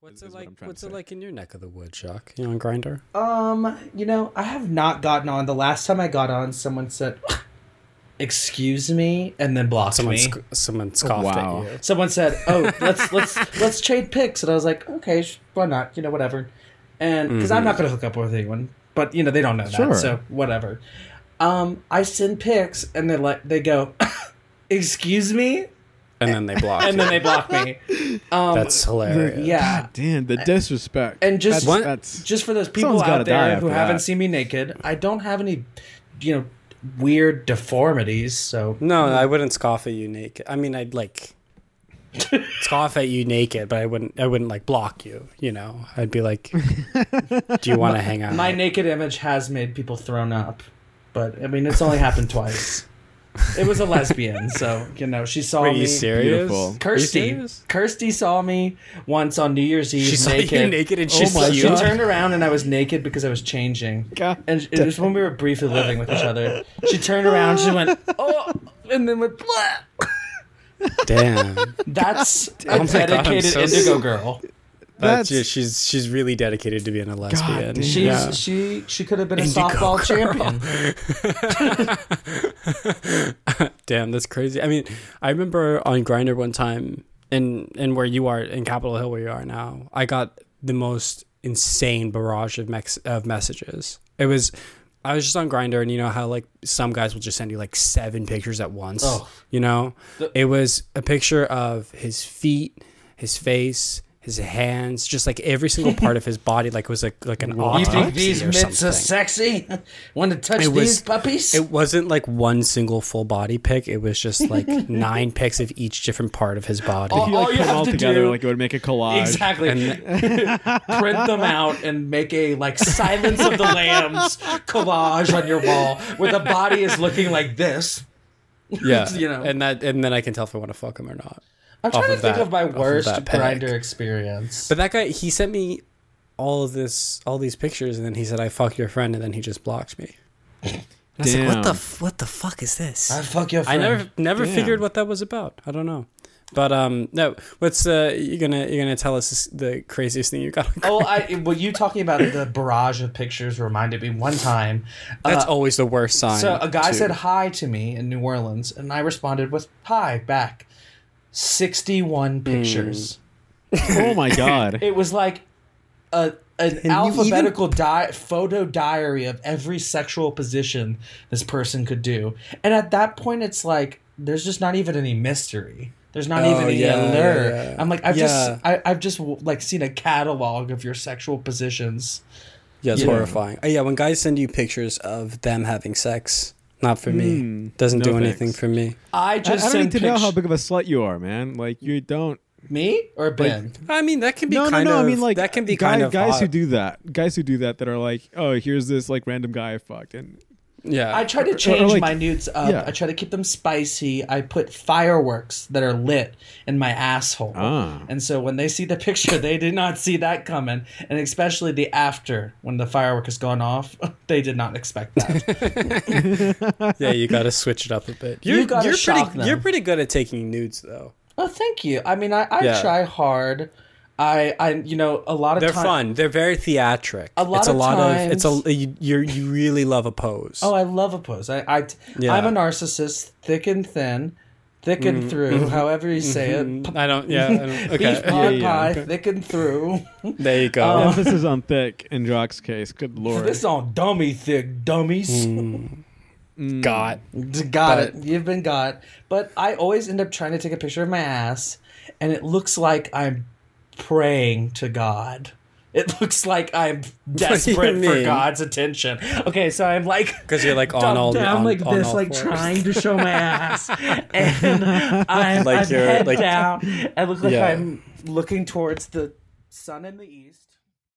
What's is- it is what like? I'm trying to what's it say. like in your neck of the wood, Shock? You on Grinder? Um, you know, I have not gotten on. The last time I got on, someone said, "Excuse me," and then blocked Someone, me. sc- someone scoffed wow. at you. someone said, "Oh, let's let's let's trade pics," and I was like, "Okay, sh- why not? You know, whatever." And because I'm not going to hook up with anyone, but you know they don't know that, Sure. so whatever. Um, I send pics, and they like they go, "Excuse me," And then they blocked. and you. then they block me. Um, That's hilarious. yeah. God damn the disrespect. And just- that's, One- that's just for those people Someone's gotta out die there after who haven't that. seen me naked, I don't have any, you know, weird deformities. So No, I wouldn't scoff at you naked. I mean, I'd like scoff at you naked, but I wouldn't. I wouldn't like block you. You know, I'd be like, "Do you want to hang out?" my naked image has made people thrown up, but I mean, it's only happened twice. It was a lesbian, so you know she saw Are me. you serious? Beautiful. Are you Kirsty, serious? Kirsty saw me once on New Year's Eve She saw naked. you naked, and she Oh my saw She you. God. turned around and I was naked because I was changing. God And it was when we were briefly living with each other. She turned around, she went, "Oh," and then went, "Bleh." Damn, That's Oh a my God, I'm dedicated so indigo sorry. girl. that's, That's- just she's she's really dedicated to being a lesbian. damn. She's Yeah. she she could have been a Indigo softball girl. champion. Damn, that's crazy. I mean, I remember on Grinder one time, and and where you are in Capitol Hill, where you are now, I got the most insane barrage of mex- of messages. It was, I was just on Grinder, and you know how like some guys will just send you like seven pictures at once. Oh. You know, The- it was a picture of his feet, his face. His hands, just like every single part of his body, like was like like an You autopsy think these or mitts something. are sexy? Want to touch It was- these puppies? It wasn't like one single full body pic. It was just like nine pics of each different part of his body. Oh, you like all you put them have all to together do- like it would make a collage. exactly. Print them out and make a like Silence of the Lambs collage on your wall where the body is looking like this. yeah, you know. and that, and then I can tell if I want to fuck him or not. I'm Off trying to of think that- of my off of worst that pic. grinder experience. But that guy, he sent me all of this, all these pictures, and then he said, "I fuck your friend," and then he just blocked me. And I was like, "What the, Damn. f- what the fuck is this?" I Ah, fuck your I friend. never, never Damn. figured what that was about. I don't know. But um, no. What's uh, you gonna you gonna tell us this- the craziest thing you got? on- Oh, I well, you talking about the barrage of pictures reminded me one time. That's always the worst sign. uh, So a guy too. said hi to me in New Orleans, and I responded with hi back. 61 pictures. oh my god. It was like a, an alphabetical di- photo diary of every sexual position this person could do. And at that point, it's like, there's just not even any mystery. There's not Oh, even any yeah, allure. yeah, yeah. I'm like, I've Yeah. just, I, I've just like seen a catalog of your sexual positions. Yeah, it's Yeah. horrifying. Oh, yeah, when guys send you pictures of them having sex, not for me. Mm, Doesn't no do anything thanks. for me. I I, I just don't need sent to know how pictures. big of a slut you are, man. Like you don't. me or Ben. I mean, that can be No, no, kind no. of. I mean, like that can be guy- kind of guys who odd. do that. Guys who do that that are like, oh, here's this like random guy I fucked, and Yeah, I try to change like- my nudes up. yeah. I try to keep them spicy. I put fireworks that are lit in my asshole. Ah. And so when they see the picture, they did not see that coming. And especially the after when the firework has gone off, they did not expect that. yeah, you got to switch it up a bit. You're, gotta you're shock pretty. them. You're pretty good at taking nudes, though. oh, thank you. I mean, I, I Yeah. try hard. I, I, you know, a lot of They're time- fun. They're very theatric. A lot it's a of lot times- of. It's a. You you're, you really love a pose. Oh, I love a pose. I, I Yeah. I'm a narcissist, thick and thin, thick Mm-hmm. and through, however you say it. P- I don't. Yeah. I don't, okay. Beef pod yeah, pie, okay. thick and through. There you go. emphasis on thick in Jock's case. Good lord. Uh-huh. This on dummy thick dummies. Um, got. D- Mm. Got But- it. You've been got. But I always end up trying to take a picture of my ass, and it looks like I'm praying to God. It looks like I'm do you desperate for mean? God's attention. Okay, so I'm like, Because you're like on dumped all. down on, like on this, all like fours. trying to show my ass, and I'm, Like I'm you're- head like- down. I look like Yeah. I'm looking towards the sun in the east.